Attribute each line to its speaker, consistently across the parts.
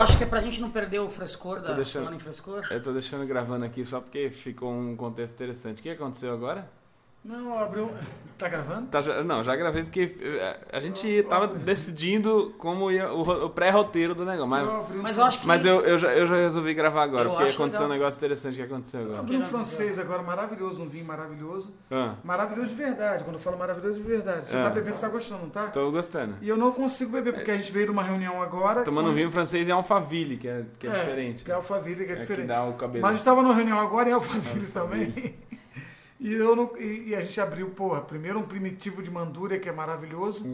Speaker 1: acho que é pra gente não perder o frescor da
Speaker 2: deixando-
Speaker 1: semana em frescor.
Speaker 2: Eu tô deixando gravando aqui só porque ficou um contexto interessante. O que aconteceu agora?
Speaker 3: Não, abriu. Tá gravando?
Speaker 2: Tá, já- não, já gravei porque eh, a gente tava decidindo como ia o, ro- o pré-roteiro do negócio. Mas,
Speaker 3: abri um
Speaker 1: Mas eu acho que.
Speaker 2: mas eu, eu, já, eu já resolvi gravar agora,
Speaker 1: Eu
Speaker 2: porque
Speaker 1: acho
Speaker 2: aconteceu um
Speaker 1: legal.
Speaker 2: negócio interessante que aconteceu
Speaker 1: tá
Speaker 2: agora.
Speaker 3: Abri um francês agora, maravilhoso, um vinho maravilhoso.
Speaker 2: Ah,
Speaker 3: Maravilhoso de verdade, quando eu falo maravilhoso de verdade. Você
Speaker 2: É.
Speaker 3: tá bebendo, você tá gostando, não tá?
Speaker 2: tô gostando.
Speaker 3: E eu não consigo beber, porque a gente veio numa reunião agora.
Speaker 2: Tomando um vinho francês é alfaville, que é, que é, diferente.
Speaker 3: Que é alfaville, que é,
Speaker 2: É que
Speaker 3: diferente.
Speaker 2: dá o cabelo.
Speaker 3: Mas a gente tava numa reunião agora em alfaville também. E, eu não, e, e a gente abriu, porra, primeiro um primitivo de Mandúria, que é maravilhoso.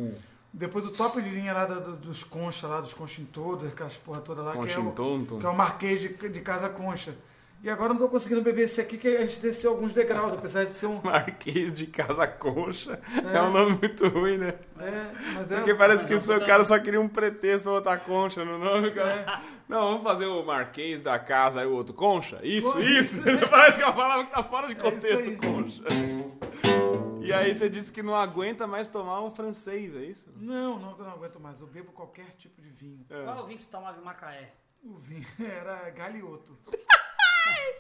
Speaker 3: Depois o top de linha lá da- do- dos concha, lá dos concha em todas, aquelas porra toda lá. que é o-
Speaker 2: Conchintonton.
Speaker 3: que é o Marquês de, de Casa Concha. E agora eu não tô conseguindo beber esse aqui, que a gente desceu alguns degraus, apesar de ser um.
Speaker 2: Marquês de Casa Concha. É. um nome muito ruim, né?
Speaker 3: É, mas é.
Speaker 2: Porque parece que o
Speaker 1: mas é
Speaker 2: seu
Speaker 1: um-
Speaker 2: cara só queria um pretexto pra botar concha no nome,
Speaker 3: É.
Speaker 2: cara. Não, vamos fazer o Marquês da Casa e o outro concha? Isso,
Speaker 3: Concha.
Speaker 2: isso. parece que é uma palavra que tá fora de
Speaker 3: É isso
Speaker 2: contexto,
Speaker 3: aí.
Speaker 2: concha. E aí você disse que não aguenta mais tomar um francês, é isso?
Speaker 3: Não, não, eu não aguento mais. Eu bebo qualquer tipo de vinho.
Speaker 1: Qual é o vinho que você tomava em Macaé?
Speaker 3: O vinho era galioto.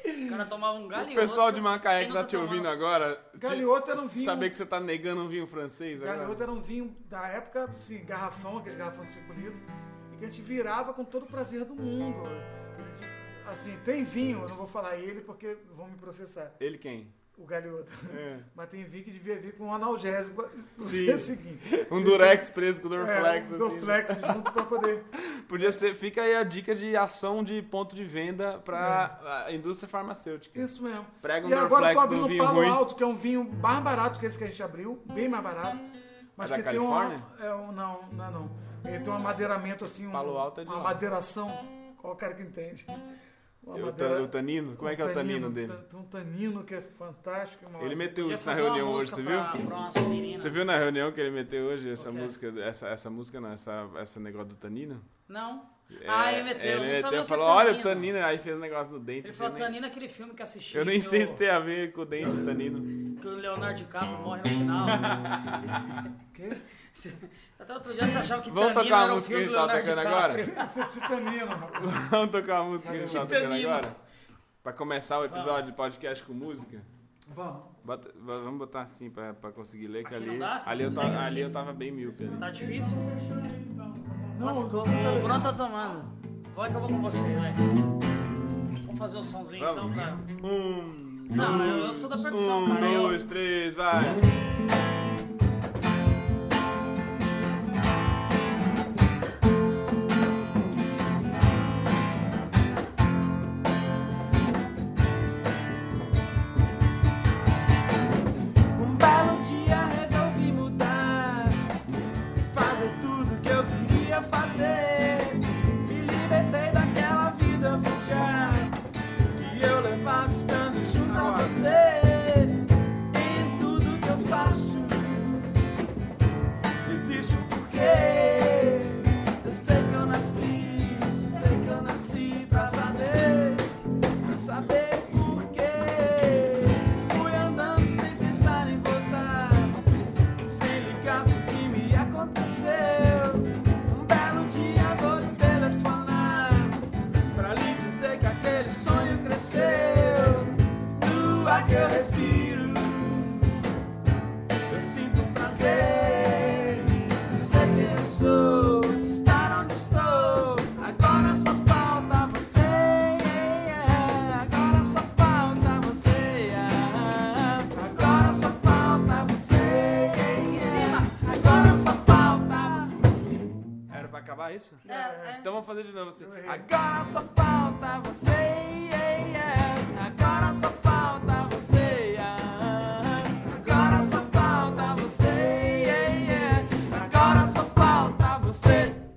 Speaker 1: O cara tomava um
Speaker 2: O
Speaker 1: galhoto.
Speaker 2: pessoal de Macaé
Speaker 1: Quem
Speaker 2: que tá
Speaker 1: nunca
Speaker 2: te ouvindo
Speaker 1: tomava-
Speaker 2: agora, te-
Speaker 3: Galioto era um vinho.
Speaker 2: saber que você tá negando um vinho francês
Speaker 3: Galioto
Speaker 2: agora.
Speaker 3: era um vinho da época, assim, garrafão, aquele garrafão de 5 litros, e que a gente virava com todo o prazer do mundo. A gente- Assim, tem vinho, eu não vou falar ele porque vão me processar.
Speaker 2: Ele quem?
Speaker 3: O galioto.
Speaker 2: É.
Speaker 3: Mas tem vinho que devia vir com um analgésico no
Speaker 2: Sim.
Speaker 3: dia seguinte.
Speaker 2: Um durex preso com Dorflex,
Speaker 3: é, um
Speaker 2: assim.
Speaker 3: Dorflex junto pra poder.
Speaker 2: Podia ser, fica aí a dica de ação de ponto de venda pra a indústria farmacêutica.
Speaker 3: Isso mesmo.
Speaker 2: Prega um
Speaker 3: É. e agora eu tô
Speaker 2: Dorflex de
Speaker 3: abrindo
Speaker 2: um
Speaker 3: o
Speaker 2: vinho
Speaker 3: Palo
Speaker 2: ruim.
Speaker 3: Alto, que é um vinho mais barato que esse que a gente abriu, bem mais barato. Mas
Speaker 2: É da
Speaker 3: que
Speaker 2: Califórnia?
Speaker 3: tem uma. É, um- não, não é não. Ele tem um amadeiramento assim, um,
Speaker 2: Palo Alto é de
Speaker 3: uma
Speaker 2: lá.
Speaker 3: madeiração. Qual o cara que entende? Uma
Speaker 2: E O,
Speaker 3: madeira-
Speaker 2: ta- o tanino? Como é que é o tanino dele?
Speaker 3: Tem um tanino que é fantástico. uma-
Speaker 2: Ele meteu
Speaker 1: Podia
Speaker 2: isso na
Speaker 1: fazer uma
Speaker 2: reunião hoje,
Speaker 1: música
Speaker 2: você viu?
Speaker 1: Pra, pra umas meninas.
Speaker 2: Você viu na reunião que ele meteu hoje essa
Speaker 1: Ok.
Speaker 2: música, essa, essa música não, essa, essa negócio do tanino?
Speaker 1: Não. Ah, ele meteu, eu não
Speaker 2: É, Ele
Speaker 1: sabia
Speaker 2: meteu,
Speaker 1: que
Speaker 2: falou,
Speaker 1: é
Speaker 2: olha
Speaker 1: tanino."
Speaker 2: o tanino, aí fez o negócio do dente.
Speaker 1: Ele
Speaker 2: assim,
Speaker 1: falou
Speaker 2: né?
Speaker 1: Tanino, aquele filme que assisti.
Speaker 2: Eu nem
Speaker 1: que
Speaker 2: sei
Speaker 1: o-
Speaker 2: se tem a ver com o dente, o tanino.
Speaker 1: Que o Leonardo DiCaprio morre no final.
Speaker 3: Quê?
Speaker 1: Até outro dia você achava que
Speaker 2: Vamos
Speaker 1: Tanino
Speaker 2: tocar
Speaker 1: era
Speaker 2: a
Speaker 1: o
Speaker 2: música que
Speaker 1: filme
Speaker 2: a
Speaker 1: do
Speaker 2: gente tava
Speaker 1: Leonardo
Speaker 2: tocando
Speaker 1: DiCaprio.
Speaker 2: agora?
Speaker 3: Esse é titanino, rapaz.
Speaker 2: Vamos tocar a música que a gente tava tocando
Speaker 4: Tipo
Speaker 1: Titanino.
Speaker 2: agora? Pra começar o episódio de podcast com música?
Speaker 3: Vamos.
Speaker 2: Bota- va- vamos botar assim pra, pra conseguir ler, que
Speaker 1: Aqui não
Speaker 2: ali,
Speaker 1: dá, você
Speaker 2: ali, eu
Speaker 1: consegue
Speaker 4: um
Speaker 2: tava,
Speaker 1: aqui?
Speaker 2: ali eu tava bem míope. ali.
Speaker 1: Tá difícil?
Speaker 3: Não,
Speaker 1: Nossa,
Speaker 3: não
Speaker 1: o
Speaker 3: tá legal.
Speaker 1: Bruno tá tomando. Vai que eu vou com você, vai. Vamos fazer o somzinho então,
Speaker 2: Vamos.
Speaker 1: cara.
Speaker 2: Um,
Speaker 1: Não, eu- eu sou da percussão,
Speaker 2: um,
Speaker 1: cara, eu-
Speaker 2: dois, três, vai. Um belo dia resolvi mudar e fazer tudo que eu queria fazer. Me libertei daquela vida fujá que eu levava estando junto a
Speaker 3: Agora.
Speaker 2: você. Em tudo que eu faço existe um porquê. Eu sei que eu nasci, sei que eu nasci pra saber, pra saber porquê. Fui andando sem pensar em voltar, sem ligar pro que me aconteceu. Um belo dia vou lhe telefonar, pra lhe dizer que aquele sonho cresceu. No ar que eu respiro. Eu sinto um prazer de ser quem eu sou, de estar onde estou. Agora só falta você. Agora só falta você. Agora só falta você. Em cima, agora só falta você. Era pra acabar isso?
Speaker 1: É, é.
Speaker 2: Então vamos fazer de novo assim.
Speaker 3: Eu errei.
Speaker 2: Agora só falta você. yeah, yeah. Agora só falta você. ah. Agora só falta você. yeah, yeah. Agora só falta você.
Speaker 4: é?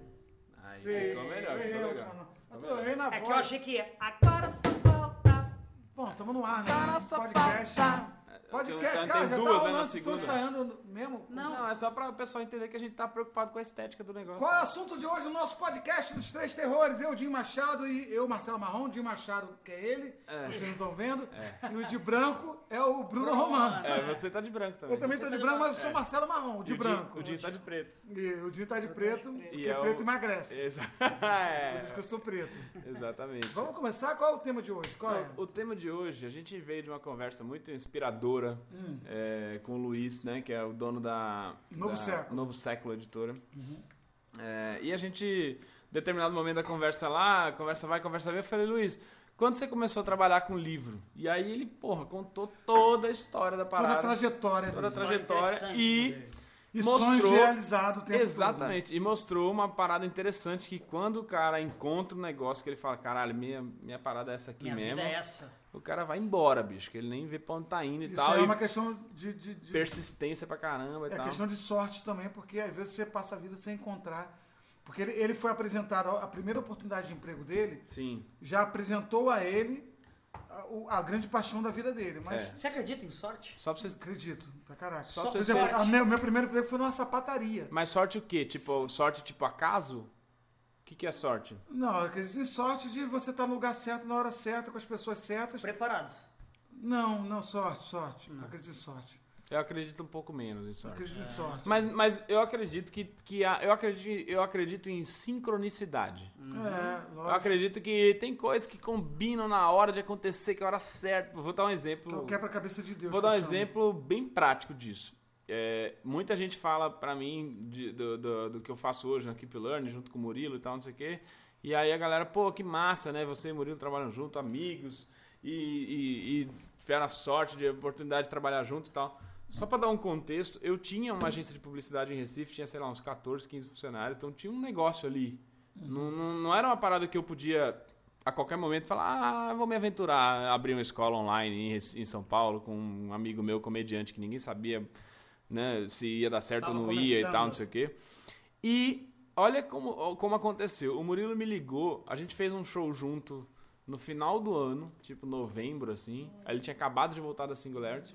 Speaker 2: Aí
Speaker 3: Sei.
Speaker 2: ficou melhor,
Speaker 3: Errei
Speaker 2: ficou
Speaker 3: a
Speaker 2: legal.
Speaker 3: última, não. Mas eu errei na
Speaker 1: É que eu
Speaker 3: voz.
Speaker 1: achei que agora só falta.
Speaker 3: Bom, estamos no ar, né?
Speaker 2: Agora só
Speaker 3: Podcast.
Speaker 2: falta.
Speaker 3: Pode
Speaker 4: eu-
Speaker 3: ter,
Speaker 4: tem
Speaker 3: cara, já
Speaker 4: duas, né,
Speaker 3: tá
Speaker 4: na
Speaker 3: rolando, vocês
Speaker 4: segunda.
Speaker 3: estão saindo mesmo.
Speaker 4: Não. é só pra o pessoal entender que a gente tá preocupado com a estética do negócio.
Speaker 3: Qual é o assunto de hoje no nosso podcast dos Três Terrores? Eu, Dinho Machado e eu, Marcelo Marrom. Dinho Machado, que é ele,
Speaker 4: É.
Speaker 3: vocês não estão vendo. E o de branco é o Bruno Romano.
Speaker 4: É, você tá de branco também.
Speaker 3: Eu também tô de branco, mas eu sou Marcelo
Speaker 4: É. E
Speaker 3: Marrom, de
Speaker 4: o Dinho-
Speaker 3: branco.
Speaker 4: O Dinho tá de preto.
Speaker 3: E o Dinho tá de preto, porque
Speaker 4: E é o- É.
Speaker 3: preto emagrece.
Speaker 4: Exa-
Speaker 2: É,
Speaker 3: Por isso que eu sou preto.
Speaker 4: é, exatamente.
Speaker 3: Vamos começar? Qual é o tema de hoje? Qual é?
Speaker 4: O tema de hoje, a gente veio de uma conversa muito inspiradora é, com o Luiz, né, que é o dono da
Speaker 3: Hum. Novo
Speaker 4: da
Speaker 3: Século. Uhum.
Speaker 4: Novo Século Editora. É, e a gente, em determinado momento da conversa lá, conversa vai, conversa vem, eu falei, Luiz, quando você começou a trabalhar com livro? E aí ele, porra, contou toda a história da
Speaker 3: Toda a
Speaker 4: parada,
Speaker 3: trajetória.
Speaker 4: toda a
Speaker 3: dele.
Speaker 4: trajetória
Speaker 1: Interessante né?
Speaker 4: e...
Speaker 1: também.
Speaker 3: E
Speaker 4: mostrou-
Speaker 3: sonhos realizados o tempo todo, né?
Speaker 4: Exatamente. E mostrou uma parada interessante que quando o cara encontra um negócio que ele fala, caralho, minha, minha parada é essa aqui
Speaker 1: Minha
Speaker 4: mesmo.
Speaker 1: vida é essa.
Speaker 4: O cara vai embora, bicho, que ele nem vê pra onde tá indo e
Speaker 3: Isso
Speaker 4: tal.
Speaker 3: é
Speaker 4: e
Speaker 3: uma questão de- de- de
Speaker 4: persistência pra caramba e
Speaker 3: É
Speaker 4: tal.
Speaker 3: questão de sorte também, porque às vezes você passa a vida sem encontrar. Porque ele, ele foi apresentado, a primeira oportunidade de emprego dele
Speaker 4: Sim.
Speaker 3: já apresentou a ele a, o- a grande paixão da vida dele. Mas
Speaker 4: É.
Speaker 1: Você acredita em sorte?
Speaker 4: Só pra vocês.
Speaker 3: acredito, pra caraca.
Speaker 4: Só
Speaker 1: pra
Speaker 3: Por
Speaker 1: você
Speaker 3: exemplo,
Speaker 1: ser-
Speaker 3: a meu, meu primeiro emprego foi numa sapataria.
Speaker 4: Mas sorte o quê? Tipo, sorte tipo acaso? O que, que é sorte?
Speaker 3: Não, eu acredito em sorte de você estar no lugar certo, na hora certa, com as pessoas certas.
Speaker 1: Preparado.
Speaker 3: Não, não, sorte, sorte. Acredito em sorte.
Speaker 4: Eu acredito um pouco menos em sorte.
Speaker 3: Acredito em sorte.
Speaker 4: Mas, mas eu acredito que, que a, eu acredito eu acredito em sincronicidade.
Speaker 3: É,
Speaker 4: Eu
Speaker 3: lógico.
Speaker 4: acredito que tem coisas que combinam na hora de acontecer, que é a hora certa. Vou dar um
Speaker 3: Então,
Speaker 4: exemplo.
Speaker 3: quebra-cabeça de Deus.
Speaker 4: Vou dar um
Speaker 3: que eu chamo.
Speaker 4: exemplo bem prático disso. É, muita gente fala pra mim de- do, do- do que eu faço hoje na Keep Learning, junto com o Murilo e tal, não sei o quê. E aí a galera, pô, que massa, né? Você e o Murilo trabalham junto, amigos, e, e, e tiveram a sorte de a oportunidade de trabalhar junto e tal. Só pra dar um contexto, eu tinha uma agência de publicidade em Recife, tinha, sei lá, uns 14, 15 funcionários, então tinha um negócio ali. Não, não, não era uma parada que eu podia a qualquer momento falar, ah, vou me aventurar, a abrir uma escola online em, Rec- em São Paulo com um amigo meu comediante que ninguém sabia né, se ia dar certo
Speaker 1: Tava
Speaker 4: ou não ia e
Speaker 1: começando.
Speaker 4: tal, não sei o quê. E olha como, como aconteceu. O Murilo me ligou, a gente fez um show junto no final do ano, tipo novembro, assim. Aí Ele tinha acabado de voltar da Singularity.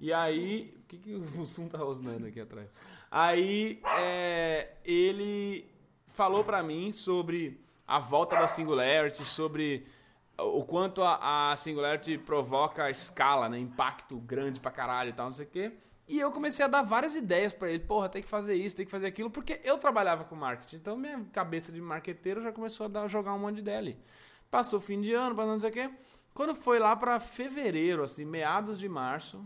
Speaker 4: E aí. O que, que o Mussum tá rosnando aqui atrás? Aí é, ele falou pra mim sobre a volta da Singularity, sobre o quanto a, a Singularity provoca escala, né? Impacto grande pra caralho e tal, não sei o quê. E eu comecei a dar várias ideias pra ele. Porra, tem que fazer isso, tem que fazer aquilo. Porque eu trabalhava com marketing. Então minha cabeça de marqueteiro já começou a dar- jogar um monte de ideia ali. Passou o fim de ano, passou não sei o quê. Quando foi lá pra fevereiro, assim, meados de março,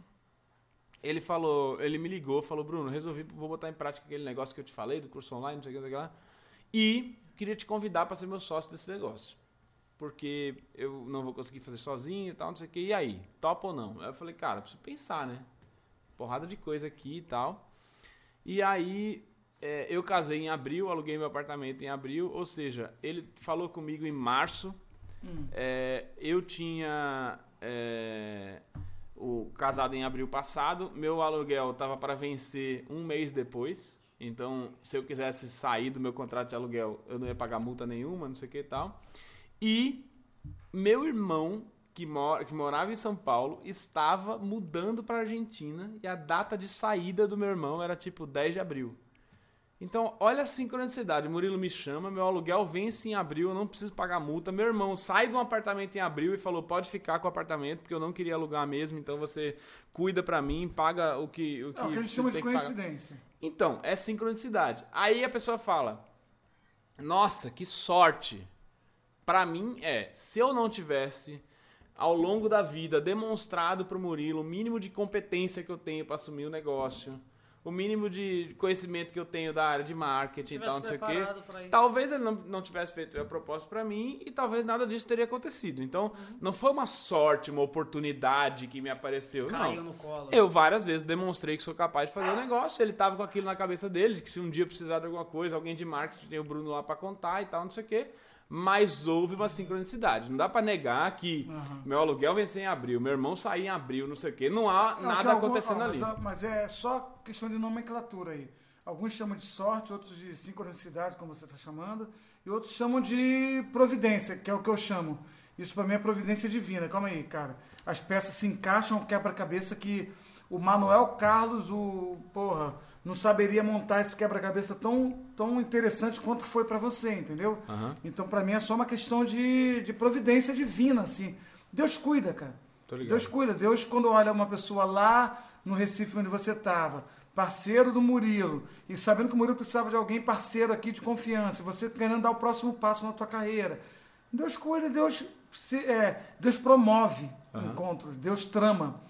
Speaker 4: ele falou, ele me ligou, falou, Bruno, resolvi, vou botar em prática aquele negócio que eu te falei do curso online, não sei o que, não sei o que lá. E queria te convidar pra ser meu sócio desse negócio. Porque eu não vou conseguir fazer sozinho e tal, não sei o que. E aí, topa ou não? Aí eu falei, cara, preciso pensar, né? Porrada de coisa aqui e tal. E aí, é, eu casei em abril, aluguei meu apartamento em abril. Ou seja, ele falou comigo em março. É, eu tinha é, o casado em abril passado, meu aluguel tava para vencer um mês depois. Então, se eu quisesse sair do meu contrato de aluguel, eu não ia pagar multa nenhuma, não sei o que e tal. E meu irmão, que, mora, que morava em São Paulo, estava mudando para Argentina e a data de saída do meu irmão era tipo 10 de abril. Então, olha a sincronicidade. Murilo me chama, meu aluguel vence em abril, eu não preciso pagar multa. Meu irmão sai de um apartamento em abril e falou: pode ficar com o apartamento, porque eu não queria alugar mesmo, então você cuida pra mim, paga o que. O que,
Speaker 3: É o que a gente
Speaker 4: você
Speaker 3: chama de
Speaker 4: tem que pagar."
Speaker 3: coincidência.
Speaker 4: Então, é sincronicidade. Aí a pessoa fala: Nossa, que sorte! Pra mim é, se eu não tivesse ao longo da vida demonstrado pro Murilo o mínimo de competência que eu tenho pra assumir o negócio, o mínimo de conhecimento que eu tenho da área de marketing e tal, não sei o quê.
Speaker 1: preparado pra isso.
Speaker 4: Talvez ele não, não tivesse feito a proposta pra mim e talvez nada disso teria acontecido. Então,
Speaker 1: Uhum.
Speaker 4: não foi uma sorte, uma oportunidade que me apareceu,
Speaker 1: Caiu
Speaker 4: não.
Speaker 1: no colo.
Speaker 4: Eu várias vezes demonstrei que sou capaz de fazer o negócio. Ele tava com aquilo na cabeça dele, de que se um dia eu precisar de alguma coisa, alguém de marketing tem o Bruno lá pra contar e tal, não sei o quê. Mas houve uma sincronicidade. Não dá pra negar que meu aluguel venceu em abril, meu irmão saiu em abril, não sei o quê. Não há
Speaker 3: Não, que
Speaker 4: nada
Speaker 3: algum-
Speaker 4: acontecendo
Speaker 3: ó,
Speaker 4: ali.
Speaker 3: Mas, ó, mas é só questão de nomenclatura aí. Alguns chamam de sorte, outros de tá sincronicidade, como você está chamando, e outros chamam de providência, que é o que eu chamo. Isso pra mim é providência divina. Calma aí, cara. As peças se encaixam, quebra-cabeça que o Manuel Carlos, o porra, não saberia montar esse quebra-cabeça tão, tão interessante quanto foi pra você, entendeu?
Speaker 4: Aham.
Speaker 3: Então pra mim é só uma questão de, de providência divina, assim. Deus cuida, cara.
Speaker 4: Tô ligado.
Speaker 3: Deus cuida. Deus, quando olha uma pessoa lá no Recife onde você estava, parceiro do Murilo, e sabendo que o Murilo precisava de alguém parceiro aqui de confiança, e você querendo dar o próximo passo na tua carreira. Deus cuida, Deus, se- é, Deus promove
Speaker 4: Aham.
Speaker 3: encontros, Deus trama.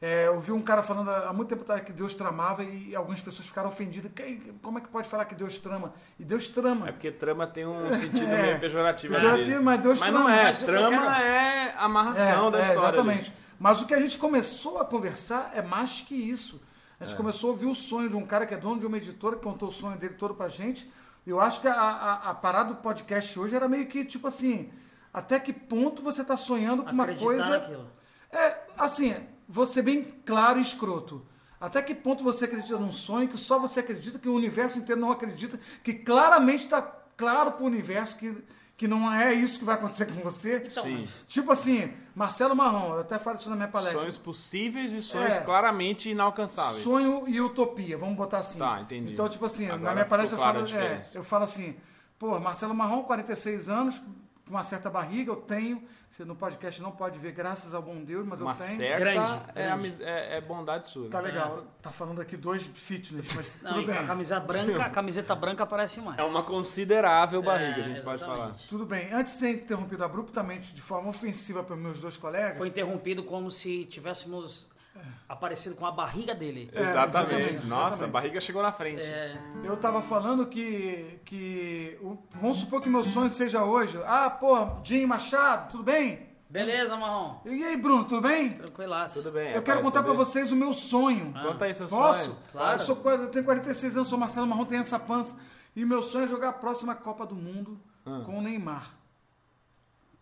Speaker 3: É, eu vi um cara falando há há muito tempo atrás que Deus tramava e algumas pessoas ficaram ofendidas. Quem- Como é que pode falar que Deus trama? E Deus trama.
Speaker 5: É porque trama tem um sentido
Speaker 3: É.
Speaker 5: meio pejorativo.
Speaker 3: Já
Speaker 5: às vezes.
Speaker 3: tinha, mas Deus
Speaker 4: Mas
Speaker 3: trama.
Speaker 4: não é,
Speaker 1: mas eu
Speaker 4: trama
Speaker 1: quero-
Speaker 4: é amarração da história. ali.
Speaker 3: Exatamente. Mas o que a gente começou a conversar é mais que isso. A
Speaker 4: É.
Speaker 3: gente começou a ouvir o sonho de um cara que é dono de uma editora, que contou o sonho dele todo pra gente. Eu acho que a, a- a parada do podcast hoje era meio que tipo assim: até que ponto você tá sonhando com uma
Speaker 1: Acreditar
Speaker 3: coisa.
Speaker 1: naquilo.
Speaker 3: É, assim, vou ser bem claro e escroto. Até que ponto você acredita num sonho que só você acredita, que o universo inteiro não acredita, que claramente está claro pro universo que, que não é isso que vai acontecer com você?
Speaker 1: Então,
Speaker 4: Sim.
Speaker 1: mas
Speaker 3: Tipo assim, Marcelo Marrom, eu até falo isso na minha palestra.
Speaker 4: Sonhos possíveis e sonhos
Speaker 3: É.
Speaker 4: claramente inalcançáveis.
Speaker 3: Sonho e utopia, vamos botar assim.
Speaker 4: Tá, entendi.
Speaker 3: Então, tipo assim,
Speaker 4: Agora
Speaker 3: na minha palestra eu
Speaker 4: ficou
Speaker 3: falo,
Speaker 4: clara a
Speaker 3: é,
Speaker 4: diferença.
Speaker 3: eu falo assim, pô, Marcelo Marrom, 46 anos, com uma certa barriga, eu tenho. Você no podcast não pode ver, graças ao bom Deus, mas
Speaker 4: Uma
Speaker 3: eu tenho.
Speaker 4: certa
Speaker 1: Grande,
Speaker 4: é,
Speaker 1: grande.
Speaker 4: amiz- é- é bondade sua. né?
Speaker 3: Tá legal, tá falando aqui dois fitness, mas
Speaker 1: não,
Speaker 3: tudo
Speaker 1: e com
Speaker 3: bem.
Speaker 1: a camisa branca, a camiseta branca aparece mais.
Speaker 4: É uma considerável barriga,
Speaker 1: É,
Speaker 4: a gente pode falar.
Speaker 1: exatamente.
Speaker 3: Tudo bem. Antes de ser interrompido abruptamente de forma ofensiva para meus dois colegas,
Speaker 1: Foi interrompido como se tivéssemos aparecido com a barriga dele.
Speaker 4: É exatamente.
Speaker 3: exatamente,
Speaker 4: Nossa,
Speaker 3: exatamente.
Speaker 4: a barriga chegou na frente.
Speaker 1: É,
Speaker 3: Eu tava falando que. que o- vamos supor que meu sonho seja hoje. Ah, porra, Jim Machado, tudo bem?
Speaker 1: beleza, Marrom.
Speaker 3: E aí, Bruno, tudo bem?
Speaker 1: Tranquilaço.
Speaker 4: Tudo bem. é Ah.
Speaker 3: eu quero contar pra vocês o meu sonho.
Speaker 4: Conta aí seu
Speaker 3: Posso?
Speaker 4: sonho.
Speaker 1: Claro.
Speaker 3: Eu, sou, qua- eu tenho 46 anos, sou Marcelo Marrom, tenho essa pança. E meu sonho é jogar a próxima Copa do Mundo
Speaker 4: Ah.
Speaker 3: com o Neymar.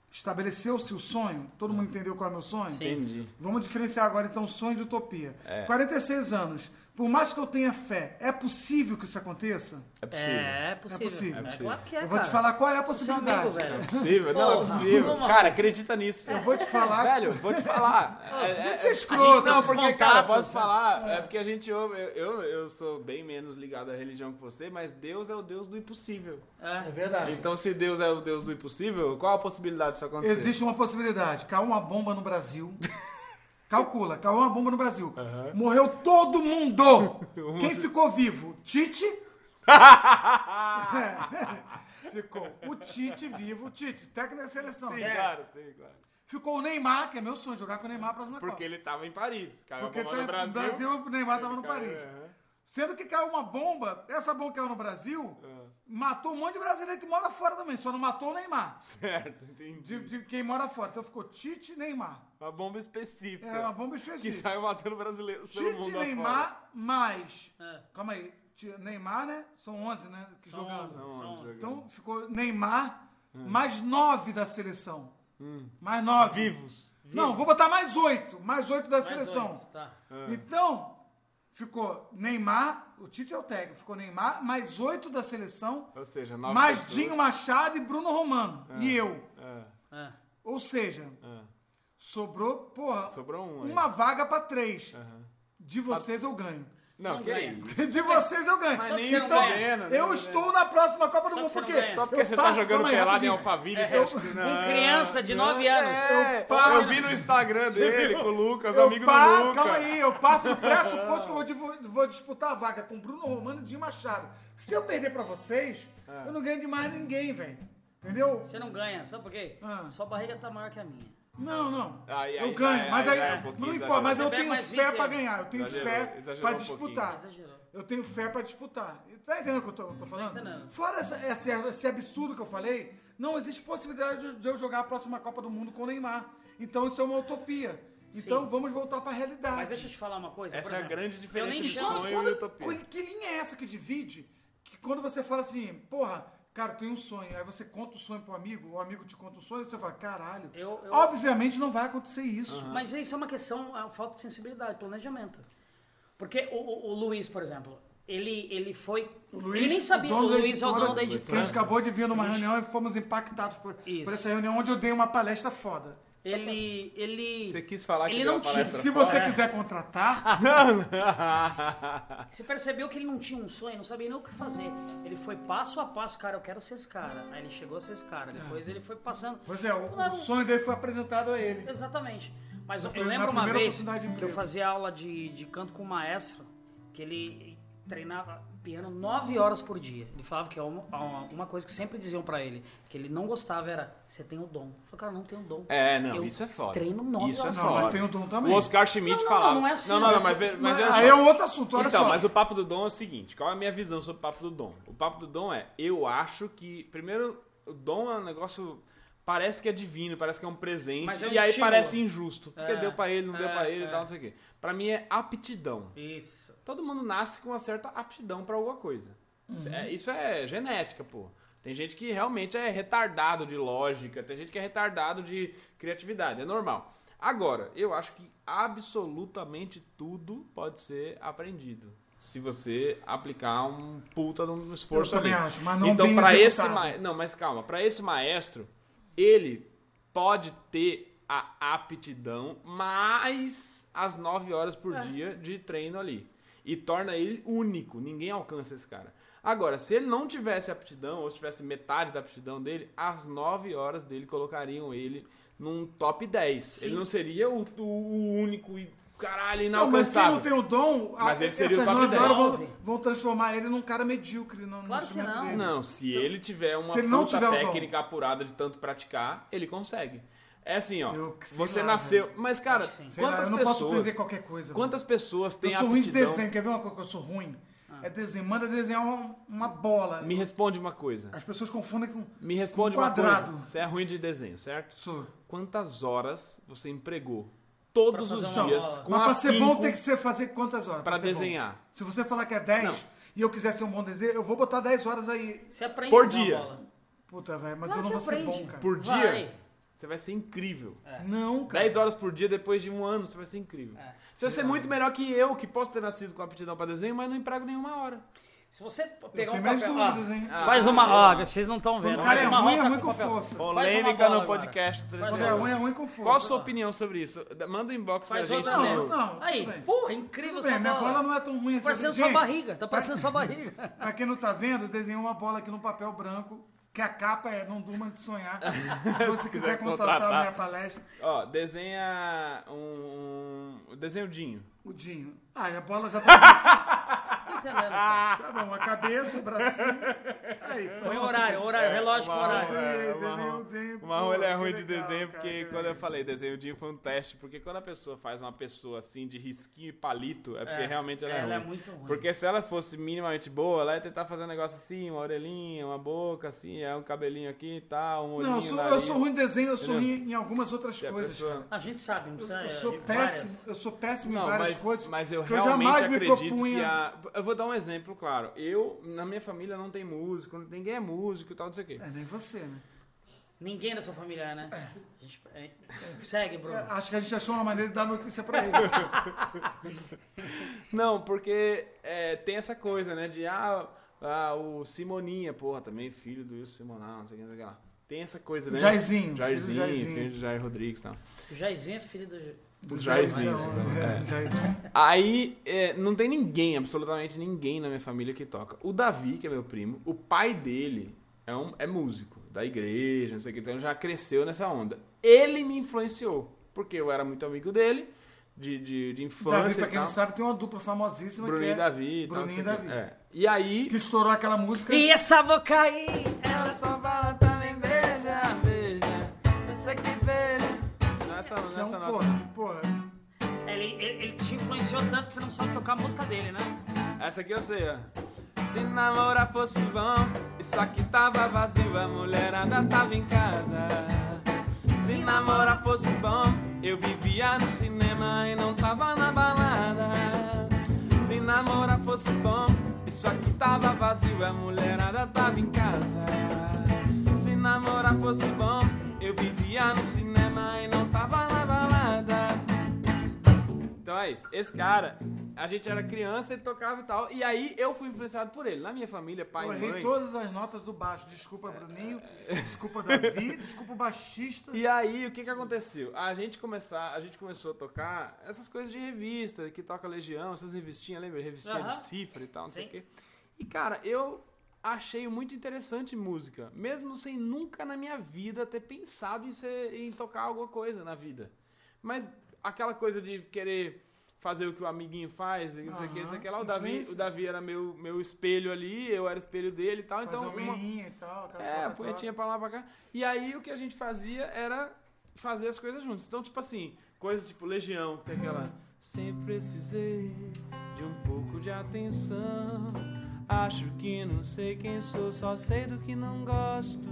Speaker 3: Estabeleceu-se o sonho? Todo
Speaker 4: Ah.
Speaker 3: mundo entendeu qual é o meu sonho?
Speaker 1: Sim.
Speaker 4: Entendi.
Speaker 3: Vamos diferenciar agora então sonho de utopia.
Speaker 4: É.
Speaker 3: 46 anos. Por mais que eu tenha fé, é possível que isso aconteça?
Speaker 4: É possível.
Speaker 1: É possível.
Speaker 3: É possível.
Speaker 1: É claro que é,
Speaker 3: eu vou te
Speaker 1: cara.
Speaker 3: falar qual é a
Speaker 1: Sou seu
Speaker 3: possibilidade.
Speaker 1: amigo, velho.
Speaker 4: É possível? Não, é
Speaker 1: Pô,
Speaker 4: possível.
Speaker 1: vamos lá.
Speaker 4: Cara, acredita nisso.
Speaker 3: eu vou te falar.
Speaker 4: Velho, vou te falar. É- é-
Speaker 3: Você é
Speaker 1: a gente
Speaker 3: escroto.
Speaker 1: tá-
Speaker 4: Não,
Speaker 1: Os
Speaker 4: porque, cara,
Speaker 1: contatos,
Speaker 4: posso
Speaker 1: né?
Speaker 4: falar, é porque a gente ouve, eu, eu, eu sou bem menos ligado à religião que você, mas Deus é o Deus do impossível.
Speaker 3: É verdade.
Speaker 4: Então, se Deus é o Deus do impossível, qual a possibilidade disso acontecer?
Speaker 3: Existe uma possibilidade. Caiu uma bomba no Brasil. Calcula, caiu uma bomba no Brasil. Morreu todo mundo. Quem ficou vivo? Tite. ficou o Tite vivo. O Tite, técnico da seleção.
Speaker 4: Sim, claro, sim, claro.
Speaker 3: Ficou o Neymar, que é meu sonho, jogar com o Neymar a próxima Copa.
Speaker 4: Porque ele tava em Paris, caiu
Speaker 3: Porque
Speaker 4: a bomba
Speaker 3: tá-
Speaker 4: no Brasil.
Speaker 3: o Neymar estava no
Speaker 4: caiu, é.
Speaker 3: Paris.
Speaker 4: aham.
Speaker 3: Sendo que caiu uma bomba, essa bomba que caiu no Brasil,
Speaker 4: é.
Speaker 3: matou um monte de brasileiro que mora fora também, só não matou o Neymar.
Speaker 4: Certo, entendi.
Speaker 3: De, de quem mora fora. Então ficou Tite Neymar.
Speaker 4: Uma bomba específica.
Speaker 3: É uma bomba
Speaker 4: Que tá
Speaker 3: específica.
Speaker 4: saiu matando brasileiros pelo
Speaker 3: Tite
Speaker 4: mundo afora.
Speaker 3: Neymar mais.
Speaker 1: É.
Speaker 3: Calma aí. Ti- Neymar, né? São 11, né? Que
Speaker 1: São
Speaker 3: jogando.
Speaker 1: 11,
Speaker 4: Não,
Speaker 1: são
Speaker 4: olha,
Speaker 1: 11.
Speaker 4: jogando.
Speaker 3: Então ficou Neymar mais 9 da seleção. Mais 9.
Speaker 4: Tá Vivos.
Speaker 3: Não, vou botar mais 8. Mais 8 da
Speaker 1: Mais
Speaker 3: seleção.
Speaker 1: dois, tá.
Speaker 3: Então, ficou Neymar, o Tite é o técnico, ficou Neymar, mais oito da seleção,
Speaker 4: Ou seja, nove
Speaker 3: mais um
Speaker 4: pessoas.
Speaker 3: Dinho Machado e Bruno Romano. E eu.
Speaker 4: É,
Speaker 1: É.
Speaker 3: Ou seja,
Speaker 4: é.
Speaker 3: sobrou, porra,
Speaker 4: Sobrou um aí.
Speaker 3: uma vaga pra três.
Speaker 4: Aham.
Speaker 3: De vocês eu ganho.
Speaker 4: Não,
Speaker 1: Não
Speaker 4: que
Speaker 1: ganha.
Speaker 4: isso.
Speaker 3: De vocês eu ganho. Então,
Speaker 1: Só que
Speaker 4: nem
Speaker 1: você não
Speaker 4: tá
Speaker 1: ganha.
Speaker 4: vendo, né?
Speaker 3: Eu estou na próxima Copa do
Speaker 1: Só
Speaker 3: Mundo.
Speaker 1: que
Speaker 3: Por
Speaker 1: você
Speaker 3: quê?
Speaker 1: não ganha.
Speaker 4: Só porque
Speaker 3: Eu
Speaker 4: você tá
Speaker 3: parto-
Speaker 4: jogando
Speaker 3: calma aí,
Speaker 4: pelado em
Speaker 3: rapidinho.
Speaker 4: Alphaville,
Speaker 1: É,
Speaker 4: você acha que
Speaker 1: com
Speaker 4: não.
Speaker 1: criança de nove
Speaker 4: É,
Speaker 1: anos.
Speaker 4: Eu,
Speaker 3: parto-
Speaker 4: vi no Instagram dele, com o Lucas,
Speaker 3: Eu
Speaker 4: amigo
Speaker 3: parto-
Speaker 4: do Lucas.
Speaker 3: Calma aí, eu parto do pressuposto que eu vou, divu- vou disputar a vaga com Bruno Romano e Dinho Machado. Se eu perder pra vocês,
Speaker 4: É.
Speaker 3: eu não ganho de mais ninguém, velho. Entendeu?
Speaker 1: Você não ganha, sabe por quê?
Speaker 3: Ah.
Speaker 1: Sua barriga tá maior que a minha.
Speaker 3: Não, não.
Speaker 4: Aí, aí,
Speaker 3: eu ganho,
Speaker 4: aí,
Speaker 3: mas
Speaker 4: aí
Speaker 3: aí,
Speaker 4: já é um pouquinho
Speaker 3: não importa,
Speaker 4: exagerado.
Speaker 3: mas eu
Speaker 1: Você bebe
Speaker 3: tenho
Speaker 1: mais
Speaker 3: fé
Speaker 1: 20
Speaker 3: pra
Speaker 1: aí.
Speaker 3: ganhar, eu tenho
Speaker 4: Exagerou,
Speaker 3: fé
Speaker 4: exagerou
Speaker 3: pra
Speaker 4: um pouquinho.
Speaker 3: disputar.
Speaker 1: Exagerou.
Speaker 3: Eu tenho fé pra disputar. Tá entendendo o que eu tô, eu tô falando?
Speaker 1: entendendo.
Speaker 3: Fora essa- esse, esse absurdo que eu falei, não existe possibilidade de, de eu jogar a próxima Copa do Mundo com o Neymar. Então isso é uma utopia. Então vamos voltar pra realidade.
Speaker 1: Mas deixa eu te falar uma coisa.
Speaker 4: Essa
Speaker 1: por
Speaker 4: é a
Speaker 1: exemplo,
Speaker 4: grande diferença
Speaker 1: Eu nem
Speaker 4: de
Speaker 1: chamo-
Speaker 4: sonho. e é utopia.
Speaker 3: quando- que linha é essa que divide? Que quando você fala assim, porra, cara, tem um sonho, aí você conta o sonho pro amigo, o amigo te conta o sonho, você fala, caralho.
Speaker 1: Eu- eu-
Speaker 3: Obviamente não vai acontecer
Speaker 4: Ah.
Speaker 3: isso.
Speaker 1: Mas isso é uma questão, é uma falta de sensibilidade, planejamento. Porque o, o- o Luiz, por exemplo, Ele, ele foi.
Speaker 3: O
Speaker 1: ele nem sabia o
Speaker 3: dono da
Speaker 1: Luiz é o
Speaker 3: editora,
Speaker 1: dono da
Speaker 4: Luiz
Speaker 3: que a
Speaker 1: editora.
Speaker 4: França.
Speaker 3: gente acabou de vir numa reunião e fomos impactados por,
Speaker 1: Isso.
Speaker 3: por essa reunião onde eu dei uma palestra foda.
Speaker 1: Ele. ele...
Speaker 4: Você quis falar que
Speaker 1: Ele
Speaker 4: deu
Speaker 1: não
Speaker 4: uma palestra é.
Speaker 1: tinha-
Speaker 3: Se
Speaker 4: fora?
Speaker 3: você
Speaker 1: fora.
Speaker 3: quiser contratar,
Speaker 1: Ah. Você percebeu que ele não tinha um sonho, não sabia nem o que fazer. Ele foi passo a passo, cara, eu quero ser esse cara. Aí ele chegou a ser esse cara, depois ele foi passando. um
Speaker 3: pois é, o,
Speaker 1: Claro.
Speaker 3: o sonho dele foi apresentado a ele.
Speaker 1: Exatamente. Mas eu,
Speaker 3: Na
Speaker 1: eu
Speaker 3: primeira-
Speaker 1: lembro
Speaker 3: na
Speaker 1: uma
Speaker 3: primeira
Speaker 1: vez
Speaker 3: oportunidade de
Speaker 1: que eu
Speaker 3: emprego.
Speaker 1: fazia aula de, de canto com o maestro, que ele treinava piano nove horas por dia. Ele falava que é uma, uma- uma coisa que sempre diziam pra ele, que ele não gostava, era, você tem o dom. Eu falei, cara, não tenho dom.
Speaker 4: É, não,
Speaker 1: Eu
Speaker 4: isso é foda.
Speaker 1: treino nove
Speaker 4: Isso é
Speaker 1: horas
Speaker 3: Não,
Speaker 4: foda.
Speaker 3: mas tem o dom também.
Speaker 4: O Oscar Schmidt
Speaker 1: Não, não,
Speaker 4: falava.
Speaker 1: não, não é assim,
Speaker 4: não, não,
Speaker 1: não. assim.
Speaker 4: mas, ve- mas olha
Speaker 3: aí
Speaker 4: só.
Speaker 3: é um outro assunto, olha
Speaker 4: então,
Speaker 3: só.
Speaker 4: mas o papo do Dom é o seguinte: qual é a minha visão sobre o papo do Dom? O papo do Dom é: eu acho que, primeiro, o Dom é um negócio. Parece que é divino, parece que é um presente.
Speaker 1: Mas é um
Speaker 4: e aí
Speaker 1: estímulo.
Speaker 4: parece injusto. Porque
Speaker 1: É,
Speaker 4: deu pra ele, não deu
Speaker 1: é,
Speaker 4: pra ele e
Speaker 1: é.
Speaker 4: tal, não sei o quê. Pra mim é aptidão.
Speaker 1: Isso.
Speaker 4: Todo mundo nasce com uma certa aptidão pra alguma coisa. Isso
Speaker 3: Uhum.
Speaker 4: é- Isso é genética, pô. Tem gente que realmente é retardado de lógica, tem gente que é retardado de criatividade, é normal. Agora, eu acho que absolutamente tudo pode ser aprendido. Se você aplicar um puta de um esforço
Speaker 3: Eu também
Speaker 4: ali.
Speaker 3: acho, mas não
Speaker 4: então,
Speaker 3: bem
Speaker 4: pra esse
Speaker 3: executado.
Speaker 4: ma- Não, mas calma. Pra esse maestro, ele pode ter a aptidão mais as 9 horas por
Speaker 3: É.
Speaker 4: dia de treino ali. E torna ele único. Ninguém alcança esse cara. Agora, se ele não tivesse aptidão, ou se tivesse metade da aptidão dele, as 9 horas dele colocariam ele num top 10. Ele não seria o, o único e caralho
Speaker 3: Não, mas quem
Speaker 4: inalcançável.
Speaker 3: não tem o dom, a-
Speaker 4: Mas ele seria o
Speaker 3: essas
Speaker 4: top
Speaker 3: nove
Speaker 4: 10.
Speaker 3: horas vão, vão transformar ele num cara medíocre no, no
Speaker 1: Claro que
Speaker 3: instrumento
Speaker 1: não.
Speaker 3: dele.
Speaker 4: Não, se ele tiver uma
Speaker 3: Então, se ele não
Speaker 4: puta
Speaker 3: tiver o dom.
Speaker 4: técnica apurada de tanto praticar, ele consegue. É assim, ó.
Speaker 3: Eu que sei
Speaker 4: você
Speaker 3: lá,
Speaker 4: nasceu. Mas, cara,
Speaker 1: Acho que sim.
Speaker 3: Sei lá,
Speaker 4: quantas
Speaker 3: eu não posso aprender
Speaker 4: pessoas.
Speaker 3: qualquer coisa.
Speaker 4: Quantas pessoas
Speaker 3: eu
Speaker 4: têm
Speaker 3: sou ruim de
Speaker 4: aptidão?
Speaker 3: desenho, quer ver uma coisa que eu sou ruim?
Speaker 1: Ah.
Speaker 3: É desenho, manda desenhar uma, uma bola.
Speaker 4: Me responde uma coisa.
Speaker 3: As pessoas confundem com...
Speaker 4: Me responde
Speaker 3: Um
Speaker 4: uma
Speaker 3: quadrado.
Speaker 4: coisa. Você é ruim de desenho, certo?
Speaker 3: Sou.
Speaker 4: Quantas horas você empregou todos
Speaker 1: Pra
Speaker 4: os
Speaker 1: fazer uma
Speaker 4: dias
Speaker 1: bola.
Speaker 4: com
Speaker 3: Mas pra ser bom
Speaker 4: afinco
Speaker 3: tem que ser fazer quantas horas?
Speaker 4: pra
Speaker 3: ser bom?
Speaker 4: desenhar?
Speaker 3: Se você falar que é 10
Speaker 4: Não.
Speaker 3: e eu quiser ser um bom desenho, eu vou botar 10 horas aí.
Speaker 1: Você aprende
Speaker 4: Por
Speaker 1: a jogar
Speaker 4: dia.
Speaker 1: bola.
Speaker 3: Puta, velho, mas
Speaker 1: Claro
Speaker 3: eu não
Speaker 1: que
Speaker 3: vou ser
Speaker 1: aprende.
Speaker 3: bom, cara.
Speaker 4: Por
Speaker 1: Vai.
Speaker 4: dia, você vai ser incrível.
Speaker 3: Não, cara.
Speaker 4: 10 horas por dia depois de um ano, você vai ser incrível.
Speaker 1: É.
Speaker 4: Você vai ser muito melhor que eu, que posso ter nascido com aptidão pra desenho, mas não emprego nenhuma hora.
Speaker 1: Se você
Speaker 3: Eu
Speaker 1: pegar
Speaker 3: tenho
Speaker 1: um
Speaker 3: minhas
Speaker 1: papel, ó,
Speaker 3: dúvidas, hein?
Speaker 4: Ah,
Speaker 1: faz uma, ó,
Speaker 4: sei lá.
Speaker 1: vocês não estão vendo,
Speaker 3: Quando o cara
Speaker 1: faz
Speaker 3: é
Speaker 1: uma
Speaker 3: ruim, é
Speaker 1: rota
Speaker 3: ruim
Speaker 1: com
Speaker 3: com
Speaker 1: papel.
Speaker 3: força.
Speaker 1: Faz uma
Speaker 4: Polêmica
Speaker 1: bola
Speaker 4: no podcast.
Speaker 1: Faz
Speaker 3: Quando
Speaker 1: uma
Speaker 3: é
Speaker 1: bola.
Speaker 3: ruim, é ruim com força.
Speaker 4: Qual a sua
Speaker 1: lá.
Speaker 4: opinião sobre isso? Manda um inbox
Speaker 1: Faz
Speaker 4: pra gente.
Speaker 1: outra
Speaker 4: né?
Speaker 3: Não, não.
Speaker 1: Aí,
Speaker 3: tudo bem.
Speaker 1: porra, incrível
Speaker 3: Tudo bem,
Speaker 1: essa
Speaker 3: minha
Speaker 1: bola.
Speaker 3: bola não é tão ruim assim.
Speaker 1: Tá parecendo
Speaker 3: Gente,
Speaker 1: sua barriga, tá parecendo sua barriga.
Speaker 3: Pra quem não tá vendo, eu desenhei uma bola aqui num papel branco, que a capa é Não Durma de Sonhar. Se você quiser contratar a minha palestra,
Speaker 4: Ó, desenha um, um desenho Dinho.
Speaker 3: o Dinho. Ah, e a bola já tá,
Speaker 1: Tá entendendo, cara?
Speaker 3: tá bom. A cabeça, o bracinho. Aí,
Speaker 1: Põe o
Speaker 3: pronto.
Speaker 1: horário, o
Speaker 4: É,
Speaker 1: horário, relógio com o
Speaker 4: Marrom,
Speaker 1: horário.
Speaker 3: Desenhei,
Speaker 4: é, o
Speaker 3: desenhei
Speaker 4: Marrom.
Speaker 3: o desenho,
Speaker 4: O Marrom
Speaker 3: pô,
Speaker 4: ele é
Speaker 3: que
Speaker 4: ruim de
Speaker 3: legal,
Speaker 4: desenho, porque
Speaker 3: cara, que
Speaker 4: quando eu
Speaker 3: legal.
Speaker 4: falei desenho Dinho foi um teste, porque quando a pessoa faz uma pessoa assim de risquinho e palito, é porque
Speaker 1: É,
Speaker 4: realmente ela é
Speaker 1: ela é
Speaker 4: ruim.
Speaker 1: muito ruim.
Speaker 4: Porque se ela fosse minimamente boa, ela ia tentar fazer um negócio assim, uma orelhinha, uma boca assim, é um cabelinho aqui e tal, um olhinho,
Speaker 3: Não, eu sou, eu
Speaker 4: nariz.
Speaker 3: sou ruim em desenho, eu sou
Speaker 4: Entendeu?
Speaker 3: ruim em algumas outras
Speaker 4: Se a
Speaker 3: coisas,
Speaker 4: pessoa-
Speaker 3: cara.
Speaker 1: A gente sabe, não precisa...
Speaker 3: Eu sou
Speaker 1: é, várias.
Speaker 3: péssimo, eu sou péssimo
Speaker 4: Não,
Speaker 3: em várias
Speaker 4: mas,
Speaker 3: coisas.
Speaker 4: mas eu
Speaker 3: que eu
Speaker 4: realmente
Speaker 3: jamais me
Speaker 4: acredito
Speaker 3: propunha-
Speaker 4: que a. Eu vou dar um exemplo, claro. Eu, na minha família, não tem músico, ninguém é músico e tal, não sei o quê.
Speaker 3: É, nem você, né?
Speaker 1: Ninguém da sua família é, né? A gente- é, Segue,
Speaker 3: É,
Speaker 1: Bruno.
Speaker 3: Acho que a gente achou uma maneira de dar notícia pra ele.
Speaker 4: Não, porque é, tem essa coisa, né? De ah, ah, o Simoninha, porra, também filho do Wilson Simonal, não sei o que, não sei o que lá. Tem essa coisa, né?
Speaker 3: Jairzinho, filho do
Speaker 4: Jairzinho,
Speaker 3: Jairzinho.
Speaker 4: filho do Jair Rodrigues e tal.
Speaker 1: O Jairzinho é filho do...
Speaker 4: Do Jairzinho.
Speaker 3: Jairzinho,
Speaker 4: assim, né?
Speaker 3: é, Jairzinho.
Speaker 4: Aí é, não tem ninguém, absolutamente ninguém na minha família que toca. O Davi, que é meu primo, o pai dele é, um, é músico da igreja, não sei o que, então já cresceu nessa onda. Ele me influenciou, porque eu era muito amigo dele, de, de, de infância.
Speaker 3: Davi, pra
Speaker 4: e
Speaker 3: quem
Speaker 4: tal.
Speaker 3: não sabe, tem uma dupla famosíssima
Speaker 4: Bruninho
Speaker 3: que é
Speaker 4: tá- e Davi. e tal,
Speaker 3: Bruninho e
Speaker 4: não sei o
Speaker 3: Davi.
Speaker 4: quê. É. E aí.
Speaker 3: Que estourou aquela música.
Speaker 1: E essa boca aí,
Speaker 4: Ela
Speaker 1: ela...
Speaker 4: só fala também, beija, beija. Eu sei que beija. Nessa,
Speaker 3: Então,
Speaker 4: nessa nota.
Speaker 3: porra, porra.
Speaker 1: É, Ele, ele, ele te influenciou tanto que você não sabe tocar a música dele, né?
Speaker 4: Essa aqui eu sei, ó. Se namorar fosse bom, isso aqui tava vazio, a mulherada tava em casa. Se namorar fosse bom, eu vivia no cinema e não tava na balada. Se namorar fosse bom, isso aqui tava vazio, a mulherada tava em casa. Se namorar fosse bom, eu vivia no cinema e não tava na balada. Então é isso. Esse cara, a gente era criança, ele tocava e tal. E aí eu fui influenciado por ele. Na minha família, pai
Speaker 3: Eu
Speaker 4: e mãe.
Speaker 3: errei todas as notas do baixo. Desculpa, Bruninho. Desculpa, Davi. Desculpa, o baixista.
Speaker 4: E aí, o que que aconteceu? A gente começar, a gente começou a tocar essas coisas de revista, que toca Legião, essas revistinhas, lembra? Revistinha
Speaker 1: Aham.
Speaker 4: de cifra e tal, não sei o
Speaker 1: Sim.
Speaker 4: quê. E cara, eu achei muito interessante música, mesmo sem nunca na minha vida ter pensado em ser em tocar alguma coisa na vida. Mas aquela coisa de querer fazer o que o amiguinho faz, e não sei o que, não sei o que lá. O
Speaker 3: Aham,
Speaker 4: Davi,
Speaker 3: influência.
Speaker 4: o Davi era meu, meu espelho ali, eu era espelho dele e tal.
Speaker 3: Fazer
Speaker 4: então,
Speaker 3: uma
Speaker 4: uma-
Speaker 3: meinha e tal. aquela
Speaker 4: é,
Speaker 3: troca-troca.
Speaker 4: punhetinha pra lá pra cá. E aí o que a gente fazia era fazer as coisas juntos. Então, tipo assim, coisas tipo Legião, que tem aquela. Sempre precisei de um pouco de atenção. Acho que não sei quem sou, só sei do que não gosto.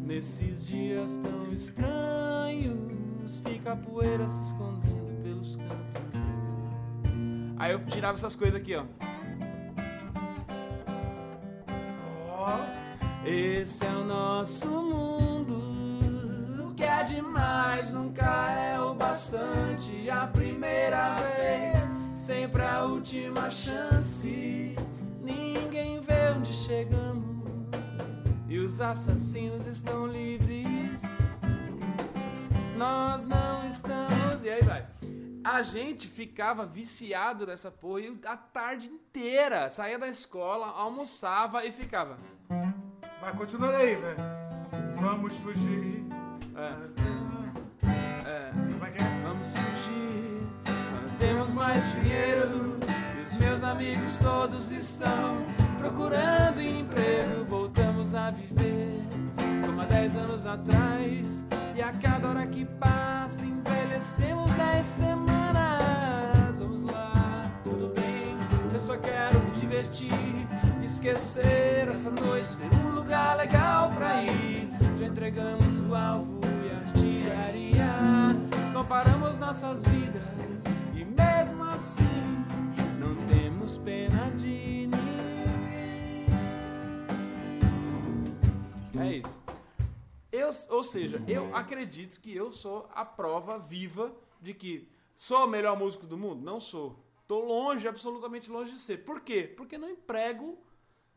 Speaker 4: Nesses dias tão estranhos, fica a poeira se escondendo pelos cantos. Aí eu tirava essas coisas aqui, ó.
Speaker 3: Ó,
Speaker 4: Esse é o nosso mundo. O que é demais nunca é o bastante. A primeira vez, sempre a última chance. Ninguém vê onde chegamos. E os assassinos estão livres. Nós não estamos. E aí vai. A gente ficava viciado nessa porra e a tarde inteira. Saía da escola, almoçava e ficava.
Speaker 3: vai, continua aí, velho. Vamos fugir.
Speaker 4: É, é.
Speaker 3: Como é que é?
Speaker 4: Vamos fugir, nós temos mais dinheiro. E os meus amigos todos estão procurando emprego. Voltamos a viver como há 10 anos atrás. E a cada hora que passa, envelhecemos 10 semanas. Vamos lá, tudo bem. Eu só quero me divertir, esquecer essa noite, ter um lugar legal pra ir. Já entregamos o alvo e a artilharia. Comparamos nossas vidas e mesmo assim não temos pena de ninguém. É isso. Eu, ou seja, eu acredito que eu sou a prova viva de que sou o melhor músico do mundo? Não sou. Tô longe, absolutamente longe de ser. Por quê? Porque não emprego